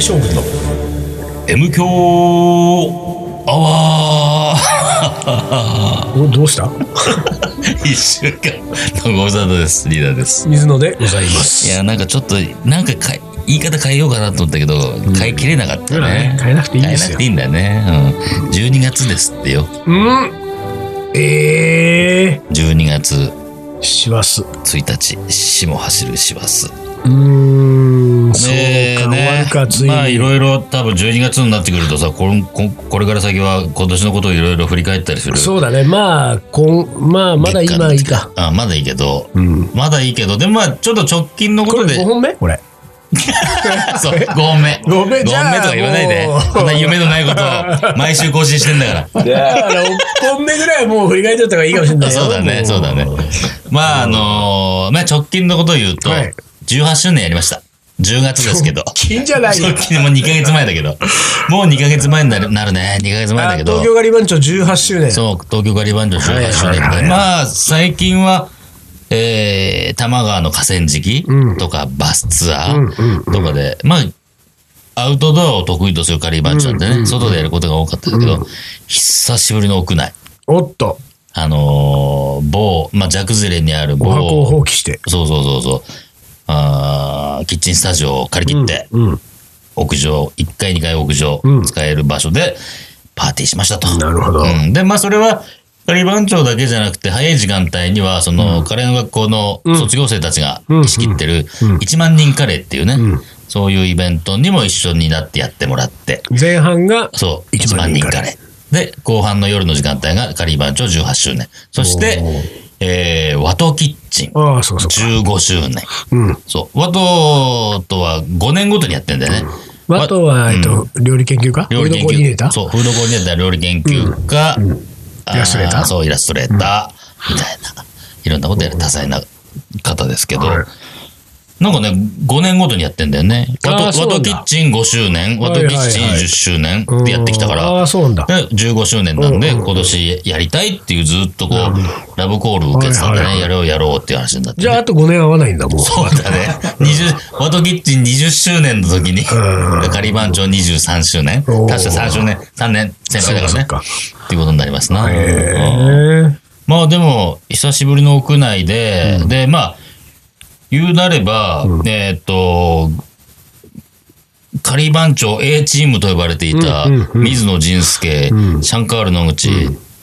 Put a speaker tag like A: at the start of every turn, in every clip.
A: 将軍の
B: M 強アワ
A: おどうした
B: ー 一週間のご無沙汰ですリーダーです
A: 水野でございます
B: いやなんかちょっとなんかかい言い方変えようかなと思ったけど、変えきれなかったね
A: 変えなくていい
B: 変
A: で
B: えな
A: す
B: く
A: よ
B: ていいんだね、うん、12月ですってよ
A: うんええ
B: 12月
A: ー、しますう
B: 1日死も走る師走
A: ーんそうか、
B: ねえね
A: 終わるかついに、
B: まあいろいろ多分12月になってくるとさこんこんこれから先は今年のことをいろいろ振り返ったりする
A: そうだねまあこんまあまだ今いいか
B: あまだいいけど、
A: ん
B: まだいいけどでもまあちょっと直近のこ
A: ことれ
B: で
A: 5本目これ
B: そうごめん
A: ごめん
B: ご
A: じゃあ
B: めんとか言わないで
A: もう
B: こんな夢のないことを毎週更新してんだから
A: だから6本目ぐらいはもう振り返っちゃった方がいいかもしれないよ
B: そうだね
A: も
B: そうだねまああのーまあ直近のことを言うと、
A: はい
B: 18周年やりました10月ですけど
A: 金じゃないよ
B: 直近でもう2ヶ月前だけどもう2ヶ月前になるなるね2ヶ月前
A: あ
B: だけど
A: 東京ガリバンチョ18周年
B: そう、東京ガリバンジョ18周
A: はい
B: 年
A: はいはい
B: で、まあ、最近は、えー、多摩川の河川敷
A: うん
B: とか、バスツア
A: うんうんうん
B: ーとかで、まあ、アウトドアを得意とするガリバンジョってね、外でやることが多かったけど、久しぶりの屋内。
A: おっと
B: あのー某、まあ、ジャクズレにある
A: お箱を放
B: 某、
A: 棄して
B: そうそうそうそう、あーキッチンスタジオを借り切って、
A: うん
B: 屋上、1階、2階屋上
A: うん、
B: 使える場所で、パーティーしましたと。
A: なるほど、
B: うん、でまあそれは仮番長だけじゃなくて早い時間帯にはその、カレーの学校の卒業生たちが
A: うん
B: 仕切ってる1万人カレーっていうね、そういうイベントにも一緒になってやってもらって
A: 前半が
B: そう
A: 1
B: 1
A: 万
B: 万
A: 人
B: 人
A: カ
B: カ
A: レ
B: レーで後半の夜の時間帯が仮番長18周年そして、えー、和とキッチン
A: ああそうそう
B: 15周年
A: うん
B: そう和ととは5年ごとにやってんだよね、
A: あとは、えっと、料理研究家
B: 料理研
A: フードコーディネー
B: 究
A: ター
B: そう、フードコーディネーター、料理研究家、あ
A: イラストレーター
B: そう、イラストレーター、みたいな、いろんなことやる多彩な方ですけど、
A: はい
B: なんかね、5年ごとにやってんだよね。
A: あー
B: ワトワ
A: そうなんだ
B: トキッチン5周年、
A: はい
B: ワ
A: は
B: ト
A: い
B: キ
A: はい
B: ッチン10周年ってやってきたから、
A: ああそうなんだ
B: で15周年なん
A: う
B: で、
A: んうんうん
B: 今年やりたいっていうずっとこう、ラブコール受けてたんでね、
A: はいはいはい
B: やろうやろうっていう話になって、
A: じゃああと5年合わないんだもう
B: そうだね。20ワトキッチン20周年の時に、
A: う
B: 仮番長23周年。
A: お
B: 確
A: ー
B: か3周年、3年先輩だからね。
A: そうか
B: っていうことになりますな。うん
A: へえ
B: まあでも、久しぶりの屋内で、で、まあ、言うなれば、えーっと、仮番長 A チームと呼ばれていた、
A: うんうんうん
B: 水野仁介、
A: うん
B: シャンカール野口、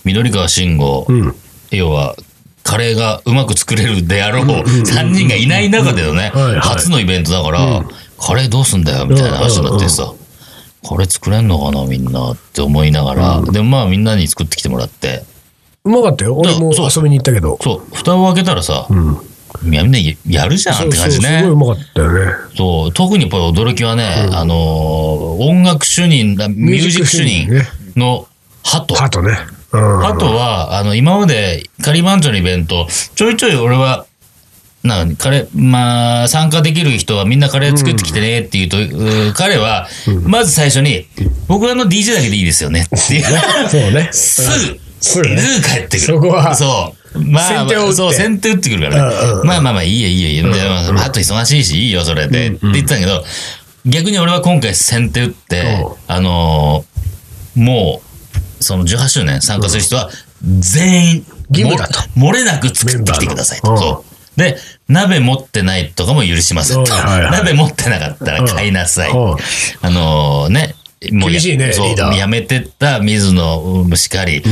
B: 緑川慎吾、
A: うん
B: 要はカレーがうまく作れるであろう3人がいない中でのね
A: うんはいはい
B: 初のイベントだからカレーどうすんだよみたいな話になってさカレー作れんのかなみんなって思いながらでもまあみんなに作ってきてもらって
A: うまかったよ俺も
B: そう
A: 遊びに行ったけど
B: そう蓋を開けたらさ
A: うん
B: いやみんなやるじゃんって感
A: そうそ
B: じね
A: うすごいうまかったよね
B: そう特にやっぱり驚きはねあのー音楽主任だミュージック主任
A: ミュージック
B: のハト
A: ハトねうん
B: あとは、あの、今まで、カリバンチョのイベント、ちょいちょい俺は、なんか、カレー、まあ、参加できる人はみんなカレー作ってきてねって言うと、うー彼は、まず最初に、僕らの DJ だけでいいですよねって いう。
A: そうね
B: すぐ、
A: す
B: す
A: ぐ
B: ぐ
A: ね
B: 帰ってくる。
A: そこは
B: そう。まあ、
A: 先手を打って
B: そう、先手打ってくるから
A: うんうんう
B: ね。まあまあまあ、いいよいいよいいよ。でまあまああと忙しいし、いいよ、それで。って言ってたけど、逆に俺は今回先手打って
A: うん、
B: あのー、もう、その18周年参加する人は、全員、
A: 義務だと
B: もれ。漏れなく作ってきてください
A: メンバ
B: と。
A: ーのうん
B: そう。で、鍋持ってないとかも許しませんと。
A: はいはいはい
B: 鍋持ってなかったら買いなさい。
A: うんうん
B: あのーね、もう
A: 厳
B: や
A: しいね
B: そう
A: リーダー
B: やめてった水野うんしかり、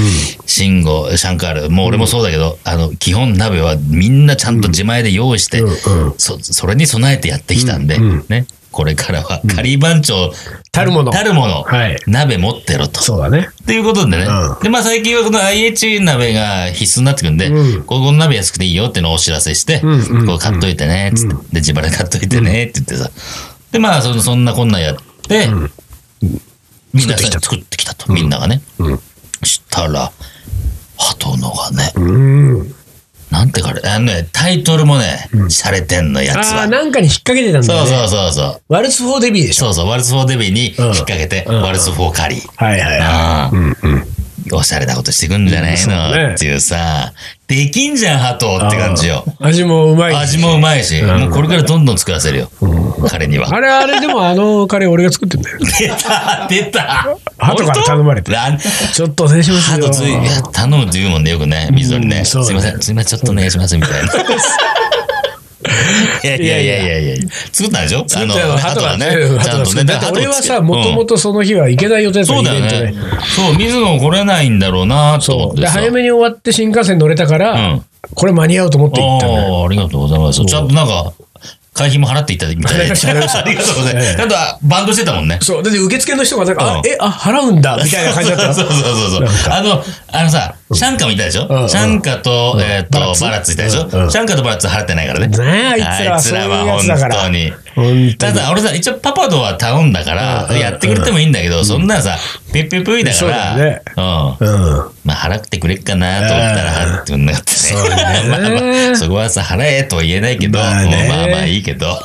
B: 慎吾、シャンカール、もう俺もそうだけど、あの、基本鍋はみんなちゃんと自前で用意して、
A: うんうん
B: そそれに備えてやってきたんで、ね、これからは仮番長、
A: たるもの
B: たるもの、
A: はい
B: 鍋持ってろと。
A: そうだね
B: っていうことでね。
A: う
B: で、まあ最近はこの IH 鍋が必須になってくるんで、
A: うん
B: ここの鍋安くていいよってのをお知らせして、
A: んうんうん
B: こう買っといてね、つって、で、自腹買っといてね、って言ってさ。で、まあそのそんなこんなんやって、みんな
A: 作ってきた
B: が作ってきたと、みんながね。したら、鳩のがね、
A: うん
B: なんてかれ、あのね、タイトルもね、洒落てんのやつ
A: ああ
B: は。
A: なんかに引っ掛けてたんだ
B: そ
A: よ
B: う
A: ね
B: そうそうそう。
A: ワルツ・フォー・デビーでしょ
B: そうそう、ワルツ・フォー・デビーに引っ掛けて、
A: うんうん
B: ワルツ・フォー・カリー。
A: はいはいはい
B: ああ、おしゃれなことしてくんじゃない
A: そうね
B: のっていうさ、できんじゃん、ハトって感じよ。
A: 味もうまい
B: 味もうまいし、
A: ん
B: もうこれからどんどん作らせるよ。彼には。
A: あれ、あれでもあのカレー俺が作ってんだ よ。
B: 出た出た
A: 後から頼まれて
B: 本当
A: ちょっとお願いします
B: あ
A: よ
B: と。つい、いや頼むって言うもんね、よくね、水鳥
A: う
B: ね。
A: ん
B: す
A: そう
B: い
A: だね
B: ません、すいません、ちょっとお願いします、みたいな。いやいやいやいやいや作ったんでしょあの、鳩がね、ちゃんとね。
A: だって俺はさ、もとも
B: と。
A: とその日は行けない予定だった
B: そうだよ
A: イベン
B: ね
A: ト。
B: そう、水野来れないんだろうなと思
A: そ
B: っ
A: う。
B: て
A: で、
B: さ。
A: 早めに終わって新幹線乗れたから、
B: うん
A: これ間に合うと思って行ったんだよ。
B: ああ、ありがとうございます。ちゃんとなんか、会費も払っていただいたみた
A: 払
B: い
A: いました払いました
B: ありがとうございます。
A: ええ
B: ちゃんとバンドしてたもんね。
A: そう。だって受付の人がなんか、
B: う
A: あ
B: ん
A: え、あ、払うんだ、みたいな感じだった。
B: そうそうそうそうそう。あの、あのさ、シャンカみたいでしょ、
A: うんうん
B: シャンカと、えーっと、
A: バ
B: バ
A: ラ
B: ラ
A: ッツ
B: ッツいたでしょ、
A: うんうん
B: シャンカとバラッツ払ってないからね。
A: ねえあいつらは
B: あい
A: そうい
B: つらは
A: うやつだから
B: 本当に。
A: 本当
B: ただ俺さ、一応パパとは頼んだから、やってくれてもいいんだけど、そんなさ、ピッピッピッだか
A: そう
B: ら、
A: だよね
B: うん。
A: うん。
B: まあ、払ってくれっかなと思ったら払ってくんなかったね。 まあまあ、そこはさ、払えとは言えないけど、
A: まあね
B: まあまあいいけど。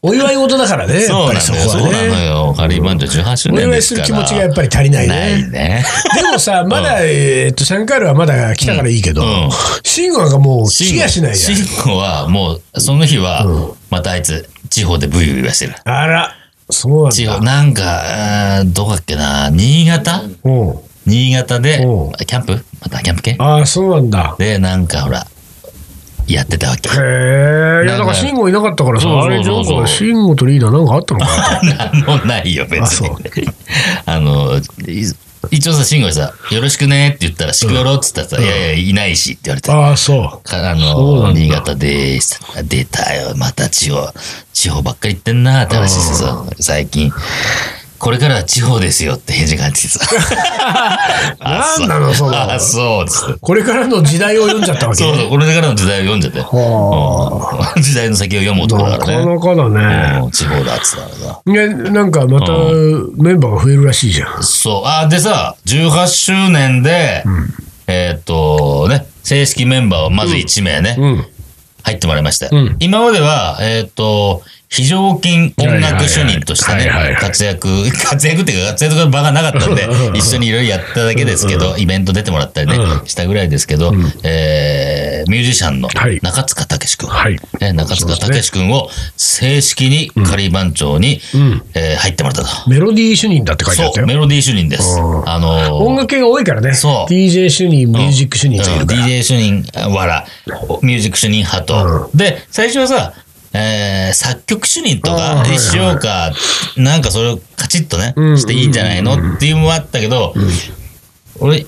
A: お祝い事だからね、や
B: そ
A: っぱ
B: うな
A: りそ
B: のよ、
A: こ
B: そうなの
A: はね。
B: よ。カリーバンド18周
A: お
B: 年
A: 祝
B: で
A: いす
B: すか
A: る
B: ら。
A: 気持ちがやっぱり足りない
B: な
A: ね
B: い。ね。
A: でもさ、まだ、えーっと、シャンカールはまだ来たからいいけど
B: うん、
A: 慎吾がもう来やしないじゃん。
B: 慎吾はもう、その日は、またあいつ、地方でブイブイ言わしてる。
A: あら、そうなん
B: 地方、
A: だ。
B: なんか、あーどこだっけな、新潟
A: うん。
B: 新潟で
A: うん、
B: キャンプまたキャンプ系
A: ああ、そうなんだ。
B: で、なんかほら、やってたわけ
A: へ。え。いや、だから慎吾いなかったからさ、
B: そう
A: あれ、
B: そうそうそう
A: 慎吾とリーダーなんかあったのか な
B: なんもないよ、別に。 あの、い一応さ、慎吾にさ、よろしくねって言ったら、しくよろって言ったらさ、いやいや、いないしって言われて。
A: ああ、そう。
B: か
A: そ
B: あ
A: うな
B: の、
A: んだ
B: 新潟でーす。出たよ。また地方、地方ばっかり行ってんなーって話してさ、最近。これからは地方ですよって返事が返ってきてさ。あ
A: なんなのその
B: あ、そうです。そう
A: これからの時代を読んじゃったわけ。
B: そう、これからの時代を読んじゃって。
A: は
B: うん時代の先を読む男
A: な
B: だか
A: から
B: ね。
A: なかだね。
B: うん地方だっつったからさ。
A: いや、なんかまたメンバーが増えるらしいじゃん。
B: そう。あ、でさ、18周年で、えーっとね、正式メンバーはまず1名ね、
A: うん。
B: 入ってもらいましたよ。
A: うん
B: 今までは、えーっと、非常勤音楽主任として
A: はい
B: ね
A: はいはいはいはいはい、
B: 活躍、 活躍っていうか、活躍の場がなかったんで、一緒にいろいろやっただけですけど、イベント出てもらったりね
A: う、
B: したぐらいですけど、えーミュージシャンの
A: はい
B: 中塚武志くん。
A: はい
B: ね中塚武志くんを正式に仮番長に、えー入ってもらったと。
A: メロディー主任だって書いてあっ
B: そ
A: た
B: う、
A: よ。
B: メロディー主任です。
A: うん
B: あのー
A: 音楽系が多いからね。
B: そう
A: DJ 主任、ミュージック主任
B: う
A: とい
B: ん
A: うか。
B: DJ 主任、わら、ミュージック主任派と。で、最初はさ、えー作曲主任と
A: あー
B: か
A: はいはい
B: にしようか、なんかそれをカチッとね、していいんじゃないのっていうのもあったけど、俺、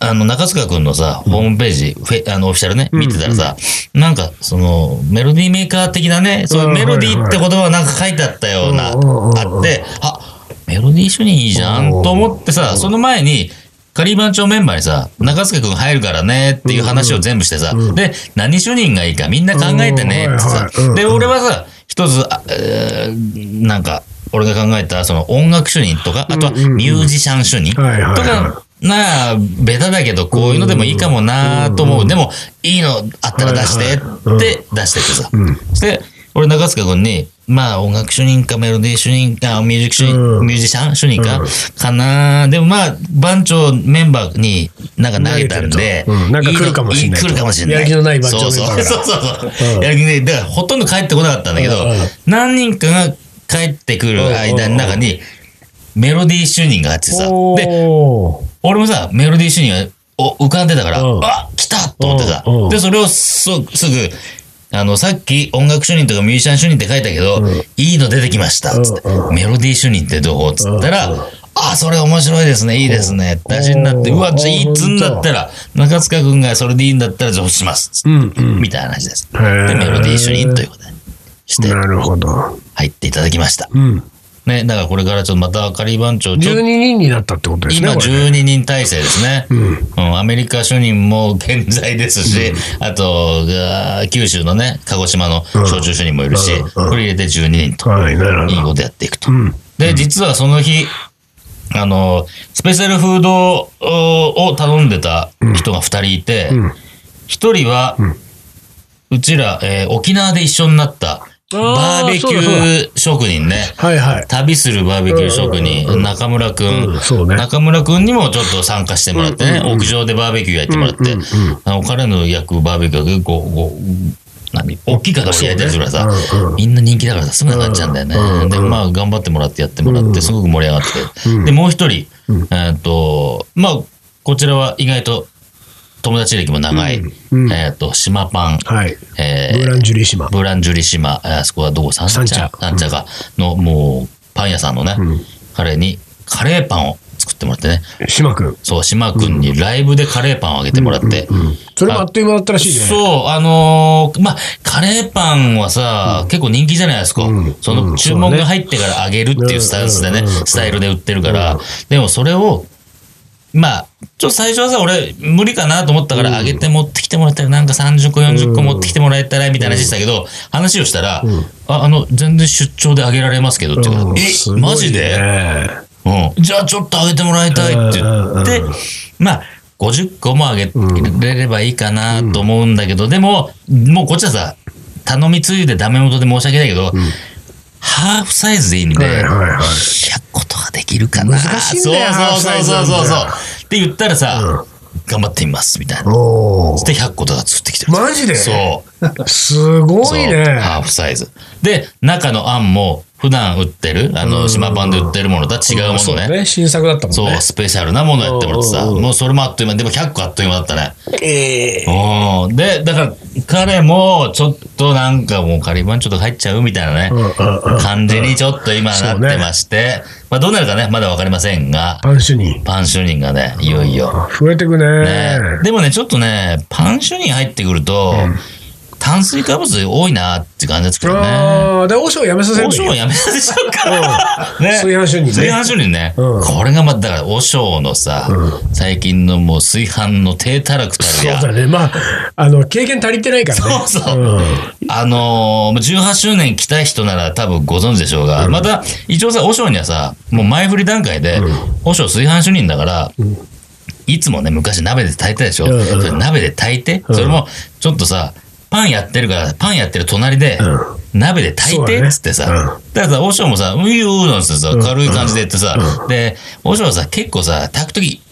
B: あの、中塚くんのさ、ホームページ、フェあの、オフィシャルね、見てたらさ、なんか、その、メロディーメーカー的なね、そういうメロディーって言葉がなんか書いてあったような、
A: うんうんうん
B: あって、あ、メロディー主任いいじゃんと思ってさ、その前に、カリー番長メンバーにさ、中塚くん入るからねっていう話を全部してさ、で、何主任がいいかみんな考えてねってさ
A: うんはいはいうん、
B: で、俺はさ、一つ、あえーなんか、俺が考えた、その音楽主任とか、あとはミュージシャン主任と
A: はいはいはい
B: か、なあ、ベタだけど、こういうのでもいいかもなと思う。でも、いいのあったら出してって出してってさ。そして、俺中塚君に、まあ音楽主任かメロディー主任か、ミュージック主
A: う
B: 任、
A: ん
B: ミュージシャン主任か、かなでもまあ、番長メンバーになんか投げたんで、
A: 投げてるとうんなんか来るかもしんないと
B: 来るかもしんない。
A: やる気のない番長メンバーが
B: そう そうそうそう
A: う
B: そ
A: ん
B: う。やる気ね、だからほとんど帰ってこなかったんだけど
A: うんうん、
B: 何人かが帰ってくる間の中に、メロディー主任があってさ、で、
A: おー
B: 俺もさ、メロディーシーンを浮かんでたから、
A: うん
B: あ来たと思ってさ
A: うんうん。
B: で、それをすすぐ、あの、さっき音楽主任とかミュージシャン主任って書いたけど、いいの出てきました。つって、
A: う
B: メロディー主任ってどうつったら、あ、それ面白いですね。いいですね。って話になって、
A: うん
B: うわ、じゃあいいっつんだったら、中塚くんがそれでいいんだったら、じゃあします。つって
A: うんうん
B: みたいな話です。
A: へ
B: で、
A: ー
B: メロディー主任ということで、して
A: なるほど。
B: 入っていただきました。
A: うん。
B: ね、だからこれからちょっとまた明かり番長、ちょっと
A: 12人になったってことですね。こ
B: 今
A: れ
B: 12人体制ですね、うんアメリカ主任も健在ですし、あとあー九州のね鹿児島の小中主任もいるし、これ入れて12人と、
A: はい、なるほ
B: いい
A: ど。
B: ことやっていくと、
A: うん。
B: で実はその日あのスペシャルフードおを頼んでた人が2人いて、
A: ん
B: 1人は、うちら、えー沖縄で一緒になったバーベキ
A: そうだそう
B: ュー職人ね
A: はいはい。
B: 旅するバーベキュー職人、中村くん
A: うんそうね。
B: 中村くんにもちょっと参加してもらってね、屋上でバーベキューやってもらって、あの彼の役バーベキューが結構、こう何大きい塊焼いたりするからさ、
A: そうねうんうん
B: みんな人気だからさすぐなくなっちゃうんだよね、
A: うんうん
B: でまあ頑張ってもらってやってもらってすごく盛り上がって、でもう一人、えーっとまあこちらは意外と友達歴も長い、
A: うんうん
B: えーっと島パン、
A: はい。
B: えー
A: ブーランジュリー島。
B: ブランジュリ島、あそこはどこ三茶
A: 三茶
B: 三茶か。の、もう、パン屋さんのね、
A: ん
B: 彼にカレーパンを作ってもらってね。
A: 島くん。
B: そう、島君にライブでカレーパンをあげてもらって。
A: うん。それもあっという間だったらしいね。
B: そう、あのーまあ、カレーパンはさ、結構人気じゃないですか。
A: うん
B: その注文が入ってからあげるっていうスタンスでね、
A: うんうんうん
B: スタイルで売ってるから。でもそれを、まあ、ちょっと最初はさ、俺、無理かなと思ったから、あげて持ってきてもらったら、なんか30個、40個持ってきてもらえたら、みたいな話でしたけど、話をしたら、あ、あの、全然出張であげられますけど、って言うから
A: うんすご
B: え、
A: いね
B: マジでうん、じゃあちょっとあげてもらいたいって言って、
A: うんうんうん
B: まあ50個もあげれればいいかなと思うんだけど、でももうこっちはさ頼みついでダメ元で申し訳ないけど、ハーフサイズでいいんで、
A: はいはいはい。
B: 100個とかできるかな
A: 難しいんだよハー
B: そう
A: フ
B: そ
A: サ
B: う
A: イズ
B: そ
A: な
B: う
A: て
B: んそうそうって言ったらさ、頑張ってみますみたいな
A: おー
B: で100個とか作ってきてる
A: マジで
B: そう
A: すごい
B: そう
A: ね。
B: ハーフサイズ。で、中のあんも、普段売ってる、あの、島パンで売ってるものとは違うも
C: そう
B: のね
C: だ。ね。新作だったもん
B: そう、
C: ね。
B: スペシャルなものやってもらってさ、
C: うんうんうん
B: もうそれもあっという間、でも100個あっという間だったね。
C: ええ
B: うん。で、だから、彼も、ちょっとなんかもう仮番ちょっと入っちゃうみたいなね、
A: うんうんうん
B: 感じにちょっと今な
A: そう
B: っ
A: ね
B: てまして、まあどうなるかね、まだわかりませんが、
A: パン主任。
B: パン主任がね、いよいよ。
A: あ増えてくね
B: ね、でもね、ちょっとね、パン主任入ってくると、炭水化物多いなって感じですけどね。
A: ああ、で、王将やめさせる
B: おしょうやめさせちゃうから。ね。
A: 炊飯主任ね
B: 炊飯主任ね。
A: うん
B: これがま、だから、おしょうのさ、最近のもう炊飯の低たらくたる
A: そう
B: や。
A: だね。まあ、あの、経験足りてないからね。
B: そうそう。あのー、18周年来た人なら多分ご存知でしょうが、また、一応さ、和尚にはさ、もう前振り段階で、和尚炊飯主任だから、いつもね、昔鍋で炊いてたでしょ。
A: うんうん
B: それ鍋で炊いて、それも、ちょっとさ、パンやってるから、パンやってる隣で、鍋で炊
A: そ
B: いて
A: うだね
B: っつってさ、だからさ、和尚もさ、うんいいよ、なんつってさ、軽い感じで言ってさ、で、和尚はさ、結構さ、炊くとき、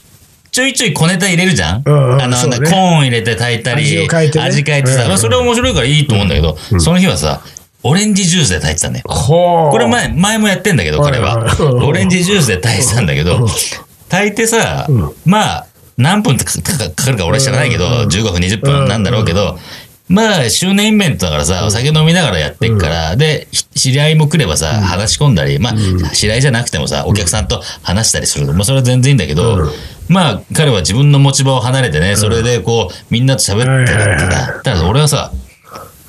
B: ちょいちょい小ネタ入れるじゃん、
A: うんうん
B: あの、
A: そうね
B: コーン入れて炊いたり、
A: 味を変えてね
B: 味変えてさ、
A: うん
B: まあそれは面白いからいいと思うんだけど、その日はさ、オレンジジュースで炊いてたんだよ。
A: ほう。
B: これ前、前もやってんだけど、彼は
A: はいはい。
B: オレンジジュースで炊いてたんだけど、炊いてさ、まあ、何分かかかかかるか俺は知らないけど、15分、20分なんだろうけど、まあ、周年イベントだからさ、お酒飲みながらやってっから、で、ひ知り合いも来ればさ、話し込んだり、まあ、知り合いじゃなくてもさ、お客さんと話したりする。まあ、それは全然いいんだけど、まあ、彼は自分の持ち場を離れてね、それでこう、みんなと喋ってるってさ、ただ俺はさ、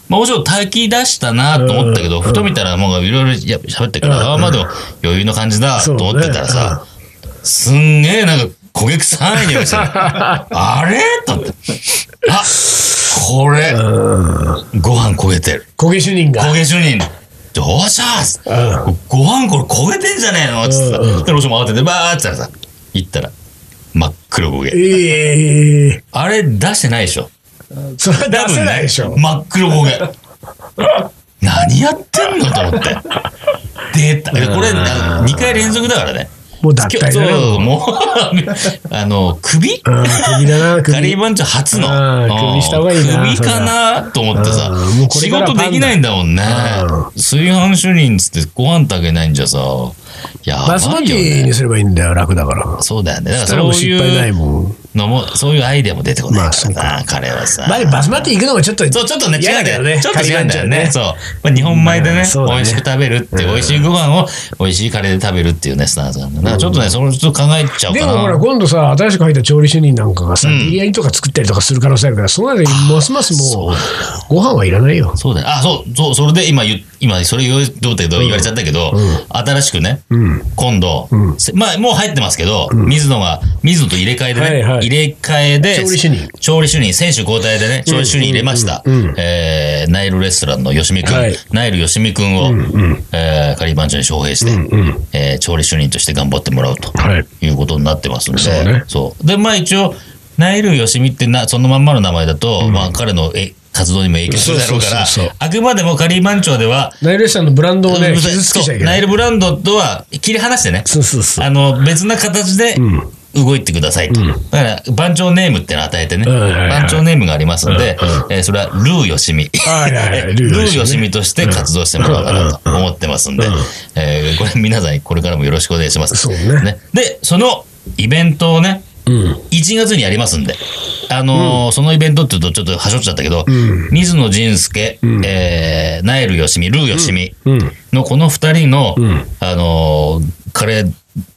B: まあ、もちろん炊き出したなと思ったけど、ふと見たらもういろいろや喋ってるから、ああまあでも余裕の感じだと思ってたらさ、すんげえなんか焦げ臭い匂い してるあれと思って。あ、これ、ご飯焦げてる。
A: 焦げ主任が。
B: 焦げ主任。どうしたっすご飯これ焦げてんじゃねえのっつってさ、で、ロシも慌ててバーってさ、行ったら、真っ黒焦げ。
A: ええ
B: あれ出してないでしょ。
A: それは
B: 多
A: 出せ
B: 分
A: ない
B: ね
A: でしょ。
B: 真っ黒焦 げ。何やってんのと思って。出た。これ、2回連続だからね。
A: もう脱退だ
B: 今日
A: ね。
B: そう、 もう、あの、首
A: うん首だな、
B: カリ
A: 首
B: ー。番長初の。
A: うん首した方がいいな
B: 首かなと思ってさ
A: うんもう、これ
B: 仕
A: から
B: 事できないんだもんね
A: う。
B: 炊飯主任つってご飯炊けないんじゃさ、やば
A: バスマ
B: い
A: テ
B: よ
A: ィ
B: ね
A: に。すればいいんだよ、楽だから。
B: そうだよね。だから
A: それも
B: そう
A: う失敗ない
B: いう
A: もん。
B: のも、そういうアイデアも出てこない
A: まあそう
B: からな、彼はさ。
A: まあ、バスマティ行くのもちょっと、
B: そう、ちょっとね、違
A: 嫌
B: うん
A: だ
B: だ
A: よ
B: よ
A: ね。
B: ね。ちょっと違うんだよね。
A: カ
B: そう。まあ、日本米でね、
A: うんそうだね
B: 美味しく食べるって、美味しいご飯を美味しいカレーで食べるっていうね、スタンスなんだからちょっとね、それちょっと考えちゃおう
A: リー番長ねで
B: かな。
A: もほら、今度さ、新しく入った調理主任なんかがさ、
B: うん
A: ビリヤニとか作ったりとかする可能性あるから、その間にますますもう、ご飯はいらないよ。
B: そうだよ。あ、そう、そう、それで今言う、今、それ言われどうだけど、言われちゃったけど、新しくね、今度、せまあ、もう入ってますけど、水野が、水野と入れ替えでね、
A: はいはい
B: 入れ替えで、
A: 調理主任
B: 調理主任、選手交代でね、調理主任入れました。えーナイルレストランの吉見くん、
A: はい
B: ナイル吉見くんを、えー、仮番長に招聘して、えー調理主任として頑張ってもらうと、
A: はい
B: い、うことになってますんで、
A: そうね
B: そう。で、まあ一応、ナイル・ヨシミってな、そのまんまの名前だと、まあ彼のえ活動にも影響するだろうから
A: そうそうそうそう、
B: あくまでもカリーマン町では、
A: ナイルさんのブランドをね、傷つけちゃいけ
B: そう
A: な
B: ナ
A: い
B: イ。ル・ブランドとは切り離してね、
A: そうそうそう。
B: あの、別な形で、動いてくださいと。だから、番長ネームってのを与えてね、
A: はいはいはい
B: 番長ネームがありますので、えーそれはルーよしみ。
A: はいはいはい
B: ル
A: ルー
B: ー
A: ヨシミね
B: よしみとして活動してもらおうかなと思ってますんで
A: うんうんうん、
B: えーこれ皆さんこれからもよろしくお願いします。
A: そうね
B: で、そのイベントをね、
A: うん。
B: 1月にやりますんで、あのーそのイベントって言うとちょっとはしょっちゃったけど、
A: う
B: 水野仁介、えーナエルよしみ、ルーよしみ
A: うん。
B: のこの2人の、
A: ん
B: あのーカレー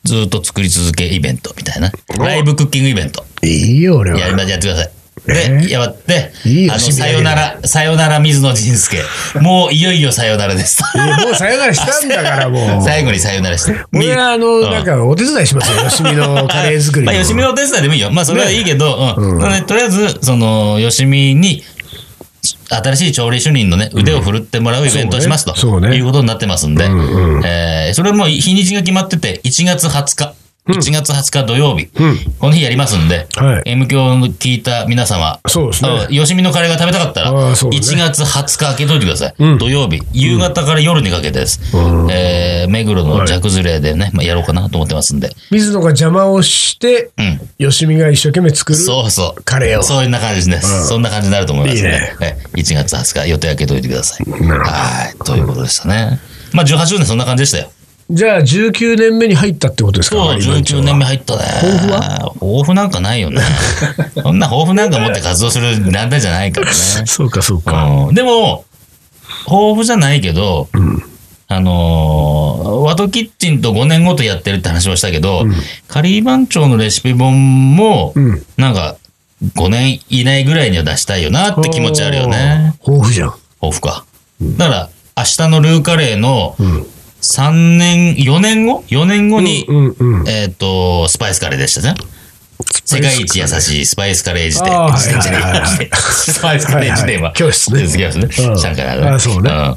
B: ずっと作り続けイベントみたいな、ライブクッキングイベント
A: いいよ、俺
B: やり
A: は。
B: まやってください。
A: え
B: で、
A: ー
B: やって、
A: いいよ
B: あの、
A: 趣味
B: さ
A: だけど
B: よなら、さよなら水野仁介。もういよいよさよならです。
A: もうさよならしたんだから、もう。
B: 最後にさよならして。
A: 俺は、あの、
B: うん
A: なんか、お手伝いし ますよ。よしみのカレー作り
B: ま
A: の。
B: あ、よしみのお手伝いでもいいよ。まあ、それはいいけど、うん。なのでとりあえず、その、よしみに、新しい調理主任のね、腕を振るってもらうイベントをしますと、
A: そうねそうね
B: いうことになってますんで、
A: ん
B: えーそれも日にちが決まってて、1月20日、1月20日土曜日、この日やりますんで、
A: はい
B: M 教の聞いた皆様、
A: そうですね。
B: よしみのカレーが食べたかったら、
A: ああそ
B: 1
A: うね
B: 月20日開けといてください。土曜日、夕方から夜にかけてです。えー目黒のジャクズレでね、まあ、やろうかなと思ってますんで。
A: 水野が邪魔をして、
B: うん。
A: よしみが一生懸命作る。
B: そうそう。
A: カレーを
B: そんな感じですね。そんな感じになると思います
A: いい
B: ね
A: ね。
B: え1月20日予定開けといてください。はい。ということでしたね。まあ18周年そんな感じでしたよ。
A: じゃあ、19年目に入ったってことですか
B: そう、19年目入ったね。
A: 抱負
B: は抱負なんかな いよね。そんな抱負なんか持って活動する団体じゃないからね。
A: そうか、そう。
B: うんでも、豊富じゃないけど、あのーワトキッチンと5年ごとやってるって話をしたけど、カリー番長のレシピ本も、
A: うん
B: なんか、5年以内ぐらいには出したいよなって気持ちあるよね。
A: おー。豊富じゃん。
B: 豊富か。だから、明日のルーカレーの3年、4年後 ?4 年後に、
A: うんうん。
B: えっ、と、スパイスカレーでしたね。世界一優しいスパイスカレー辞典。
A: ああ
B: 辞典じゃねえ
A: はいはいはい
B: スパイスカレー辞典は。
A: はいはい教室ね
B: 教室ね。
A: うん
B: 上海だね
A: あそうね
B: ん
A: あ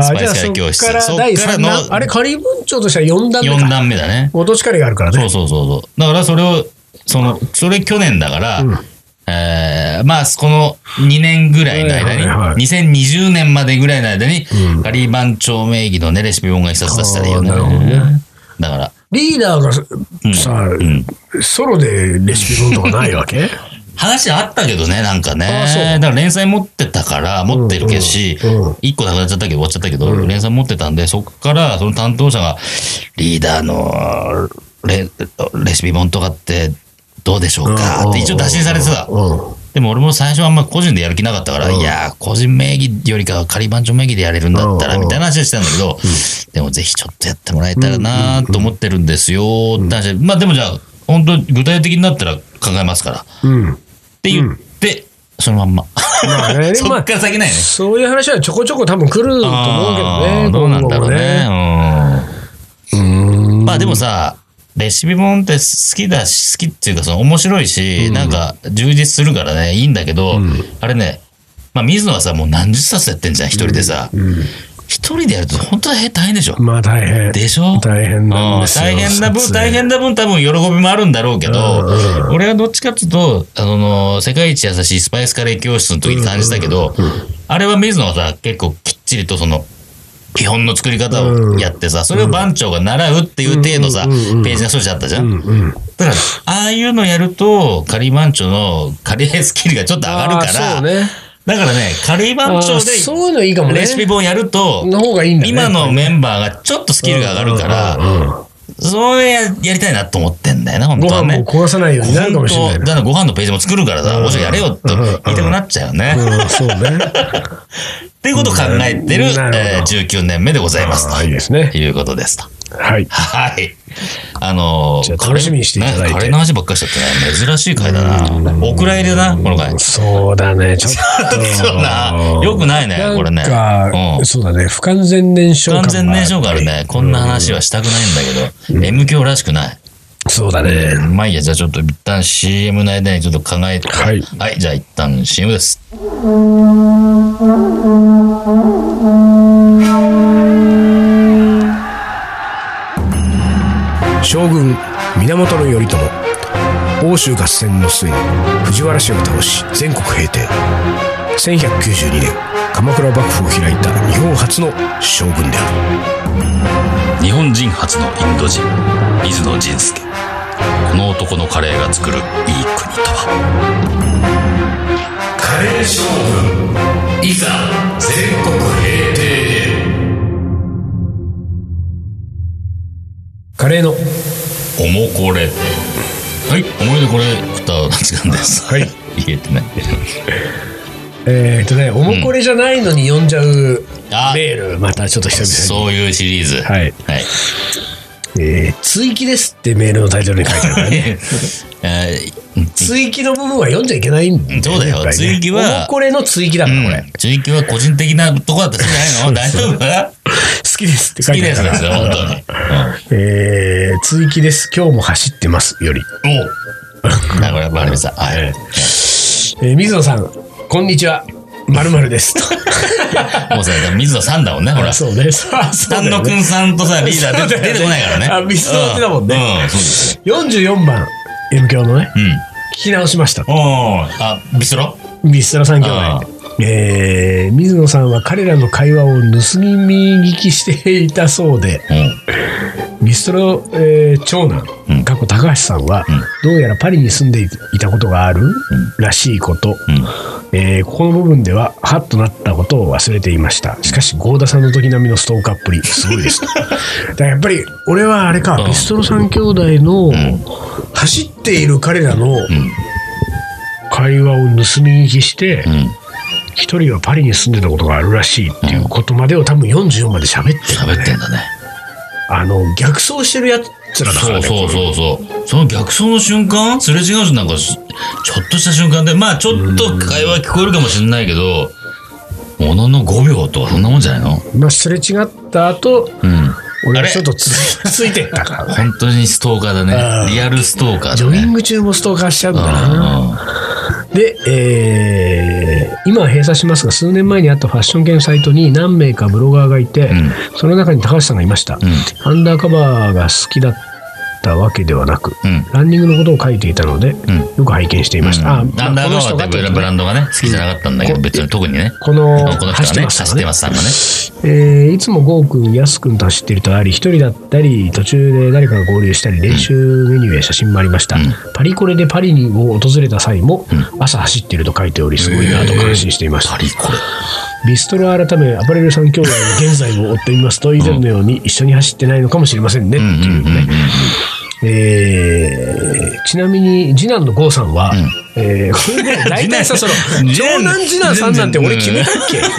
B: ス
A: ー
B: パ
A: じ
B: イ
A: ゃあ
B: スカレ
A: そ
B: ー教室。
A: っから
B: そっ
A: 第
B: から
A: 3
B: の
A: 弾。あれ、カリー文長としては4段目
B: 4
A: か。
B: 段目だね。
A: 落としカレーがあるから
B: そ
A: ね
B: う。そうそうそう。だからそれを、その、それ去年だから、えーまあ、この2年ぐらいの間
A: は
B: に、
A: いはいはい
B: 2020年までぐらいの間に、カリー番長名義のね、レシピ本が一冊出したらいいよね。
A: あーなるほどね
B: だから、
A: リーダーがさ、ソロでレシピ本とかないわ け
B: 話あったけどね、なん
A: あ
B: か
A: そう
B: ね。だから連載持ってたから、持ってるけどし
A: うんうん、
B: 一個なくなっちゃったけど、終わっちゃったけど、連載持ってたんで、そこからその担当者が、リーダーのレレシピ本とかってどうでしょうかって一応打診されてた。
A: うん。
B: でも俺も最初はあんま個人でやる気なかったから、いやー、個人名義よりかは仮番長名義でやれるんだったら、
A: うん
B: みたいな話をしてたんだけど、でもぜひちょっとやってもらえたらなーと思ってるんですよーって話でまあでもじゃあ、本当具体的になったら考えますから。
A: うん。
B: って言って、そのまんま。
A: まあね
B: そっから先ないね。
A: そういう話はちょこちょこ多分来ると思うけど
B: あ
A: ね。
B: ーどうなんだろうね。
A: 今
B: う
A: 後
B: ん
A: もね。
B: まあでもさ、レシピ本って好きだし、好きっていうかその面白いし、なんか充実するからね、いいんだけど、あれね、まあ水野はさ、もう何十冊やってんじゃん、一人でさ。一人でやると本当は大変でしょ。
A: まあ大変。
B: でしょ
A: 大変なんですよ
B: うん大変な分、
A: 撮影
B: 大変な分多分喜びもあるんだろうけど、
A: うん
B: 俺はどっちかっていうと、あの、世界一優しいスパイスカレー教室の時に感じたけど、あれは水野はさ、結構きっちりとその、基本の作り方をやってさ、それを番長が習うっていう体のさ、ページがそうじゃったじゃん。
A: うん。
B: だから、ああいうのやると、カリー番長のカレースキルがちょっと上がるから、
A: あーそうね。
B: だからね、カリー番長
A: あーそういうのいいかも
B: で
A: ね
B: レ。シピ本やると、
A: の方がいいんだね。
B: 今のメンバーがちょっとスキルが上がるから、それややりたいなと思ってんだよな、本当
A: ご
B: は
A: 飯
B: ね
A: も。壊さないようになるかもしれない
B: 本当
A: ね。
B: だからご飯のページも作るからさ、
A: うん
B: おじゃやれよって言いたくなっちゃうよね。
A: うん、そうね。
B: っていうことを考えてる、
A: うんなるほど
B: えー19年目でございます
A: ああ、いい
B: と
A: ですね。
B: いうことですと。
A: はい。
B: はい。あのー
A: じゃあ楽しみにしていただいて
B: カレーねカレーの話ばっかりしちゃってね、珍しい回だな。お蔵入りだな、この回。
A: そうだね、ちょっと。
B: そうな。よくないね、これね。
A: なん
B: うん
A: か、そうだね、不完全燃焼感
B: 完
A: も
B: 全燃焼があるね。こんな話はしたくないんだけど、M 響らしくない。
A: そうだね。
B: まあいいや、じゃあちょっと一旦 CM の間にちょっと考えて。
A: はい
B: はい、じゃあ一旦 CM です。
A: 将軍源頼朝欧州合戦の末に藤原氏を倒し全国平定1192年鎌倉幕府を開いた日本初の将軍である
B: 日本人初のインド人、水野仁介。この男のカレーが作るいい国とは
A: カレー将軍いざ全国平定カレーの
B: おもこれはい思い出これ二つなんです
A: はい
B: 言えてない
A: えー、っとねおもこれじゃないのに呼んじゃう
B: あ
A: メール、またちょっと久々に
B: そういうシリーズは
A: はい
B: い
A: えー追記ですってメールのタイトルに書いてある からね
B: えー
A: 追記の部分は読んじゃいけないんだよね
B: そうだよ
A: やっぱりね
B: 追記は
A: おもこれの追記だからこれ、
B: うん、追求は個人的なとこだったんじゃないの大丈夫か
A: 好きですって書
B: 好
A: い
B: き
A: て
B: な
A: あ
B: や
A: る
B: つ
A: から
B: ですよ、本当
A: えー、追記です。今日も走ってます。より。
B: に。おうだから、バレさん。は
A: え
B: い。
A: ー、水野さん、こんにちは。まるまるです。
B: もうさ、水野さんだもんね、ほら。
A: そうね。 そうそう
B: 丹
A: だよ
B: 野く
A: ね。
B: んさんとさ、リーダー出て出てこないからね。
A: あ水野ってだもんね
B: うん。うん、そうですよ。
A: 44番、M 教のね、
B: うん。
A: 聞き直しました。
B: おーあ、ビストロ
A: ミストラさん兄
B: あ
A: 弟。えー、水野さんは彼らの会話を盗み聞きしていたそうで、
B: うん。
A: ミストロ、えー長男、
B: うん
A: 過去高橋さんは、どうやらパリに住んでいたことがあるらしいこと、えーここの部分ではハッとなったことを忘れていましたしかし郷田さんの時並みのストーカーっぷりすごいです だからやっぱり俺はあれか
B: うん
A: ミストロ三兄弟の、走っている彼らの会話を盗み聞きして
B: うん。
A: 一、人はパリに住んでたことがあるらしいっていうことまでを多分44まで喋ってるんだ
B: 喋
A: ね
B: ってんだね。
A: あの逆走してるやつらだから
B: そ
A: ね
B: うそうそうそう。その逆走の瞬間すれ違うし、なんかし、ちょっとした瞬間で、まあ、ちょっと会話聞こえるかもしれないけど、ものの5秒とか、そんなもんじゃないの
A: まあ、すれ違った後、
B: うん。
A: 俺は
B: あれ
A: ちょっとついついてったからね。
B: 本当にストーカーだ
A: あー
B: ね。リアルストーカー
A: ジ
B: だ
A: ョギン
B: ね。
A: グ中もストーカーしちゃうん
B: う
A: だ
B: ん
A: な。で、えー今は閉鎖しますが、数年前にあったファッション系のサイトに何名かブロガーがいて、
B: うん
A: その中に高橋さんがいました。アンダーカバーが好きだったわけではなく、
B: うん。うん。
A: ランニングのことを書いていたので、
B: ん
A: よく拝見していました。
B: うんランダーガワーっていうブランドがね、好きじゃなかったんだけど、
A: こ
B: 別に特にね。
A: この
B: この人
A: 走っ
B: が
A: て
B: ね、
A: ましたね
B: 走ってますさんがね。
A: えーいつもゴーくん、ヤスくんと走っているとあり、一人だったり、途中で誰かが合流したり、練習メニューや写真もありました。パリコレでパリを訪れた際も、朝走っていると書いており、すごいなと感心していました。
B: パリコレ。
A: ビストロ改め、アパレル三兄弟の現在を追ってみますと、以前のように一緒に走ってないのかもしれませんね、って
B: うんう
A: い
B: ん
A: う
B: うんうん
A: ね。えーちなみに、次男のゴーさんは、えーこ れね、大体さ、その、
B: 次
A: 長男次男さんなんて俺決めたっけ
B: わか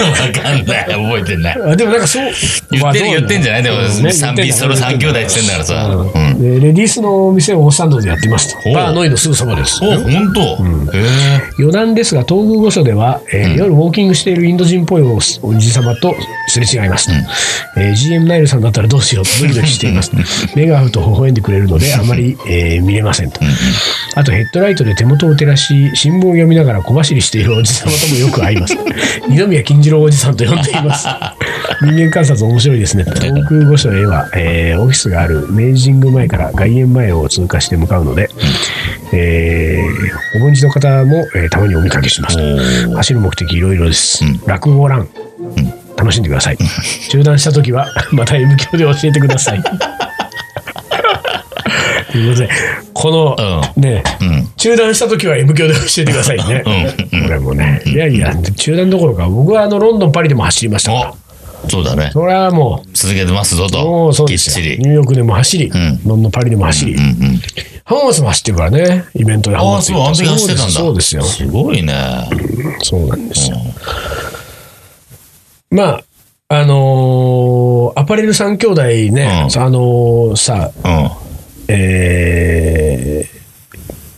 B: んない。覚えてない。
A: あでもなんかそう
B: 言ってる
A: まあどう
B: 言ってんじゃないでも
A: そうね言って
B: 三
A: んだ
B: ビストロ三兄弟って言ってんだからさうん
A: でレディースのお店をオーサンドでやってますと
B: う
A: バーノイのすぐそばです
B: お、ほんとへえ。
A: 余談ですが東宮御所では、えー夜ウォーキングしているインド人っぽいおおじさまとすれ違いますと、えー GM ナイルさんだったらどうしようとドキドキしています目が合うと微笑んでくれるのであまり、えー見れませんとあとヘッドライトで手元を照らし新聞を読みながら小走りしているおじさまともよく会い ます二宮金次郎おじさんと呼んでいます人間観察面白いですね。東空御所へは、えーオフィスがある明治神宮前から外苑前を通過して向かうので、えー、お盆地の方も、えーたまにお見かけしますと。走る目的いろいろです。落語欄、楽しんでください。中断した時は、 また M 教で教えてくだ さい。ということで、この、ね、
B: うん。
A: 中断した時は M 教で教えてくださいね。これもね、いやいや、中断どころか、僕はあの、ロンドン、パリでも走りましたから。
B: お、そうだね。
A: それはもう、
B: 続けてますぞ
A: も
B: と
A: う。そう
B: き
A: で
B: っ
A: す
B: ち
A: よ
B: り
A: ニ。ューヨークでも走り、
B: ん
A: ロンドン、パリでも走り、
B: うんうん。
A: 浜松も走ってるからね、イベントで浜
B: ああ、
A: 松
B: そう、あの時走ってたんだ。
A: そうですよ、
B: すごいね。
A: そうなんですよ。まあ、あのーアパレル三兄弟ね、
B: うん
A: あのーさ、
B: うん。
A: えー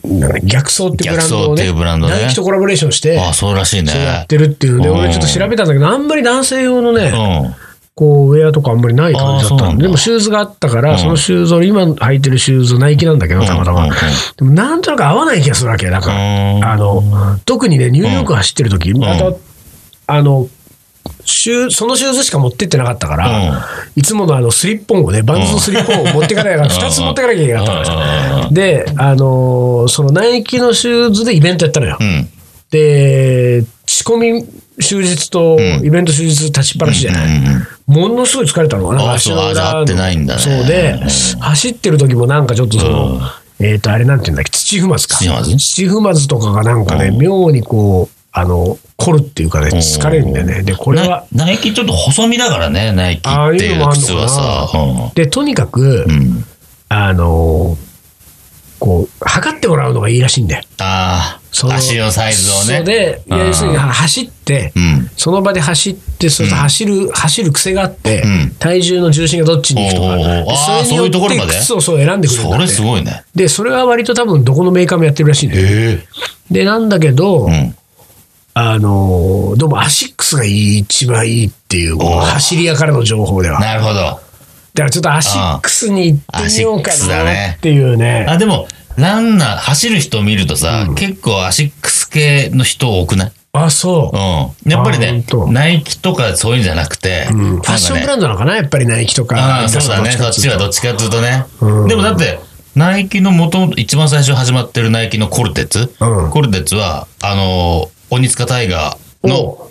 A: なんか逆走っていうブランドを
B: 逆走
A: ね、
B: っていうブランドね
A: ナイキとコラボレーションして、
B: ああ、そうらしいね。
A: やってるっていうね、
B: うん
A: 俺ちょっと調べたんだけど、あんまり男性用のね、
B: うん。
A: こう、ウェアとかあんまりない感じだっ
B: あーそう
A: た
B: なんんだ
A: で、でもシューズがあったから、
B: うん
A: そのシューズを、今履いてるシューズ、ナイキなんだけど、たまたま。
B: うんうんうん
A: でもなんとなく合わない気がするわけだから、
B: うん
A: あの、特にね、ニューヨーク走ってる時、また、あの、シューそのシューズしか持ってってなかったから、
B: うん
A: いつものあのスリッポンをね、バンズのスリッポンを持っていかないから、2つ持っていかなきゃいけなかったからで、あのーそのナイキのシューズでイベントやったのよ。
B: うん。
A: で、仕込み終日とイベント終日立ちっぱなしじゃない。
B: うんうん
A: ものすごい疲れたのかな、
B: あ
A: 足の
B: そうあじゃあ
A: 裏の
B: 合ってないんだね
A: そうで、
B: う
A: 走ってる時もなんかちょっとその、
B: うん
A: えっ、と、あれなんていうんだっけ、土踏まずか。
B: 土踏まず
A: 土踏まずとかがなんかね、妙にこう、あの、凝るっていうかね、
B: うん
A: 疲れるんだよね。で、これは、
B: ナナイキちょっと細身だからね、ナイキ
A: ああ
B: っ
A: い
B: て
A: う
B: い
A: のもあ
B: う
A: んの
B: 靴はさ。
A: で、とにかく、
B: うん。うん
A: あの、こう、測ってもらうのがいいらしいんだよ。
B: あ
A: そ
B: あ、足のサイズをね。
A: そうで、
B: うん
A: 要するに走って
B: う、ん。
A: その場で走って、そうすると走る、走る癖があって
B: うん、
A: 体重の重心がどっちに行くとか
B: おうおうおうあー
A: で、それによって
B: そういうところまで
A: 靴をそう選んでくれるん
B: そ
A: だって
B: れすごいね。
A: で、それは割と多分どこのメーカーもやってるらしいんだよ。
B: え
A: で、なんだけど、
B: うん。
A: あのーどうもアシックスがいい一番いいっていう、こう
B: おー
A: 走り屋からの情報では。だ
B: なるほど。
A: からちょっとアシックスに行ってみようか
B: アシックスだ
A: な
B: ね
A: っていうね。
B: あ、でも、ランナー、走る人を見るとさ、結構アシックス系の人多くない
A: あ、そう。
B: うん。やっぱり
A: あ
B: ね
A: 本当、
B: ナイキとかそういうんじゃなくて、
A: うんファッションブランドなのかなやっぱりナイキとか。
B: ああ、そうだね。そっちはどっ
A: ち
B: ちかっていうとね
A: うん。
B: でもだって、ナイキの元々一番最初始まってるナイキのコルテツ、
A: うん
B: コルテツは、あのー、鬼塚タイガーの
A: の。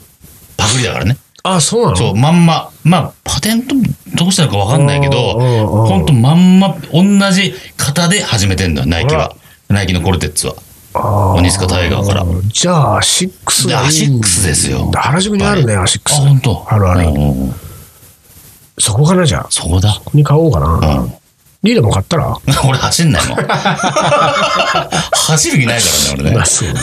B: パクリだからね。
A: あ、そうなの
B: そう、まんま。まあ、パテントどうしたのかわかんないけど、
A: うんうんうん
B: ほんとまんま、同じ型で始めてんだよ、ナイキ
A: あ
B: は。ナイキのコルテツは。
A: あー
B: 鬼塚タイガーから。
A: じゃあ、アシックス
B: で、
A: がいい。
B: アシックスですよ。
A: 原宿にあるね、アシック
B: あ、
A: ス。
B: ほんと。
A: あるある
B: うんうんうん
A: そこかなじゃあ。こ
B: そこだ。
A: こに買おうか
B: う
A: な。
B: ん。
A: リーダーも買ったら
B: 俺走んないもん。走る気ないからね、
A: ま
B: 俺ね
A: あ。そうね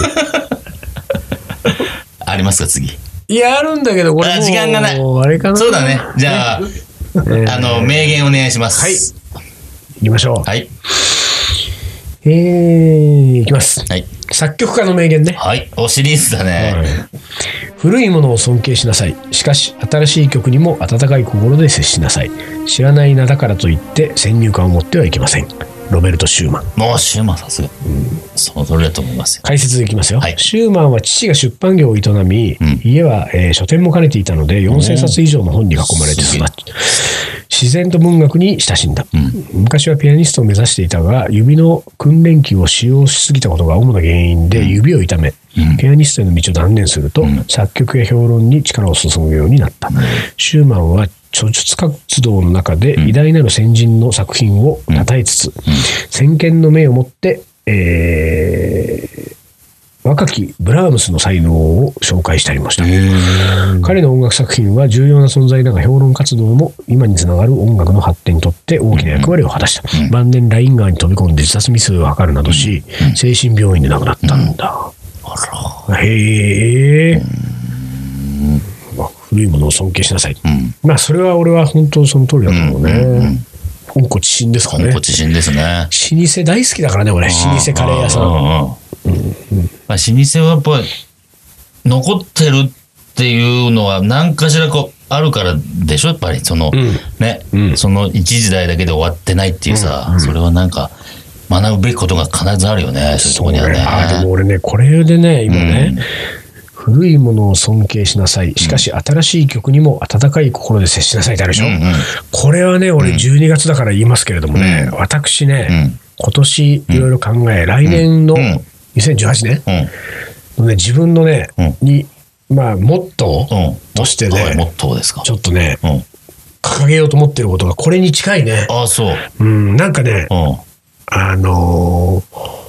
B: ありますか、次。
A: いや、あるんだけど、これ
B: あ
A: もう。
B: 時間がな
A: あ
B: い
A: れかな。
B: そうだね。じゃあ、
A: えー。
B: あの、名言お願いします。
A: 行きましょう。
B: はい。
A: えー、いきます。
B: はい。
A: 作曲家の名言ね。
B: はい。おシリーズだね。
A: 古いものを尊敬しなさい。しかし、新しい曲にも温かい心で接しなさい。知らない名だからといって、先入観を持ってはいけません。ロベルト・シューマン。
B: もう、シューマンさすが。その通りだと思いますよ。
A: 解説できますよ、
B: はい
A: シューマンは父が出版業を営み、
B: ん
A: 家は、えー書店も兼ねていたので4000冊以上の本に囲まれて育ち自然と文学に親しんだ、昔はピアニストを目指していたが指の訓練器を使用しすぎたことが主な原因で指を痛め、ピアニストへの道を断念すると、作曲や評論に力を注ぐようになった、シューマンは著述活動の中で偉大なる先人の作品を称えつつ、先見の明を持って、えー若きブラームスの才能を紹介してありました。彼の音楽作品は重要な存在だが評論活動も今につながる音楽の発展にとって大きな役割を果たした、晩年ライン川に飛び込んで自殺未遂を図るなどし、精神病院で亡くなったんだ、へえ、まあ古いものを尊敬しなさい、
B: うん。
A: まあそれは俺は本当その通りだと思うね、温故知新ですかね
B: 本当自信ですね。
A: 老舗大好きだからね俺老舗カレー屋さん
B: ん。まあ、老舗はやっぱり、残ってるっていうのは、何かしらこう、あるからでしょ、やっぱり。その、ね、その一時代だけで終わってないっていうさ、それはなんか、学ぶべきことが必ずあるよね、そういうとこにはね。
A: あーでも俺ね、これでね、今ね、古いものを尊敬しなさい。しかし、新しい曲にも温かい心で接しなさいってあるでしょ。
B: うんうん
A: これはね、俺12月だから言いますけれどもね、
B: う
A: 私ね、
B: うん
A: 今年いろいろ考え、来年の
B: うん
A: 2018年
B: うん。
A: のね、自分のね、
B: うん
A: に、まあ、モットー
B: うん。
A: として
B: はい、モ
A: ね、
B: ットーですか。
A: ちょっとね、
B: うん。
A: 掲げようと思ってることがこれに近いね。
B: ああ、そう。
A: うん、なんかね、
B: うん。
A: あのー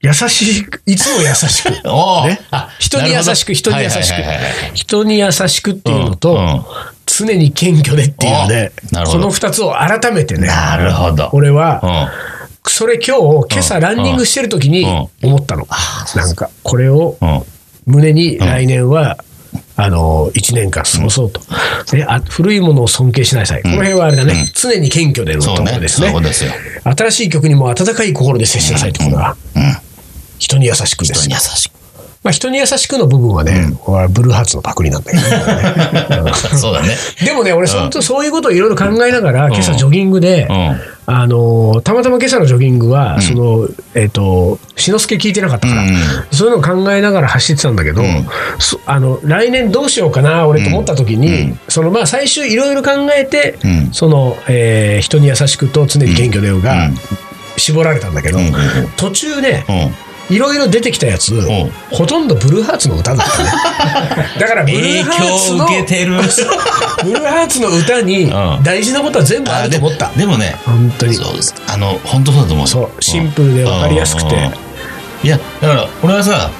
A: 優しく、いつも優し く。
B: おー
A: ね
B: あ
A: 人に優しく、
B: な
A: 人
B: るほど
A: に優しく
B: はいはいはいはい、
A: 人に優しくっていうの
B: うんう
A: と
B: ん、
A: 常に謙虚でっていうね
B: あ、なるほ
A: こ
B: ど
A: の二つを改めてね、
B: なるほど。
A: 俺
B: う
A: は、
B: ん。
A: それ今日、今朝ランニングしてる時に
B: うん
A: 思ったの。なんか、これを
B: うん。
A: 胸に来年は、あの、一年間過ごそうと。であ古いものを尊敬しなさい。この辺はあれだね、常に謙虚でのと
B: そう
A: ころ
B: ね。
A: です
B: そう
A: ね
B: いうこ。とですよ。
A: 新しい曲にも温かい心で接しなさいってことは、
B: うん。
A: 人に優しくで
B: 人
A: す
B: に。優しく。
A: まあ、人に優しくの部分はね、これはブルーハーツのパクリなんだけど、ね
B: そうだね。
A: うんでもね、俺、本当そういうことをいろいろ考えながら、今朝ジョギングで、
B: う
A: あのーたまたま今朝のジョギングは、その、えっ、と、志の輔聞いてなかったから、
B: うん
A: そういうのを考えながら走ってたんだけど、
B: ん
A: そあの、来年どうしようかな、俺と思った時に、その、まあ、最終いろいろ考えて、
B: うん
A: その、えー人に優しくと常に謙虚でようが、
B: うん
A: 絞られたんだけど、
B: うんうんうん
A: 途中ね、
B: ん。うん。
A: いろいろ出てきたやつ、
B: ん
A: ほとんどブルーハーツの歌だったね だからブル
B: 影
A: ーハーツ
B: 響を
A: の
B: 受けてる。
A: ブルーハーツの歌に
B: うん
A: 大事なことは全部あると思った
B: でもね、
A: 本当に
B: そうですあの本当そうだと思う
A: そうシンプルで分かりやすくて
B: うんうんいやだから俺はさ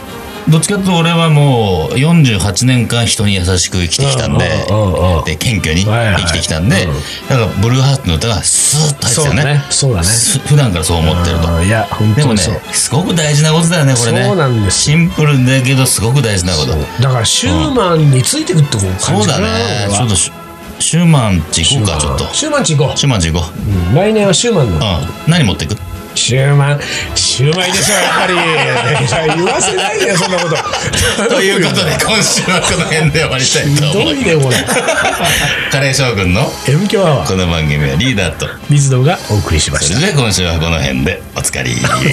B: どっちかというと俺はもう48年間人に優しく生きてきたんで
A: うんうんうん
B: で謙虚に
A: はいはい
B: 生きてきたんで
A: うん
B: だからブルーハーツの歌がスーッと入ってたよね
A: そうだね
B: す普段からそう思ってると
A: あーいや本
B: で
A: 当
B: も
A: に
B: ね
A: そう
B: すごく大事なことだよねこれね
A: そうなんです
B: シンプルだけどすごく大事なこと
A: そうだからシューマンについてくってこう感
B: そう
A: じ
B: だ
A: かな
B: ね
A: 俺は
B: ちょっとシュシューマンチ行こうかちょっと
A: シューマンち行こ
B: シューマンチ行こう
A: う、うん来年はシューマンの
B: うん何持ってく
A: シューマンシューマイでしょやっぱ り言わせないでよそんなこと
B: ということで今週はこの辺で終わりたい
A: ひ
B: と
A: ど
B: 思い
A: い
B: ます
A: ねこれ
B: カレー将軍の
A: M 強アワー
B: この番組はリーダーと
A: 水野がお送りしました
B: それでは今週はこの辺でおつかり
A: 確かに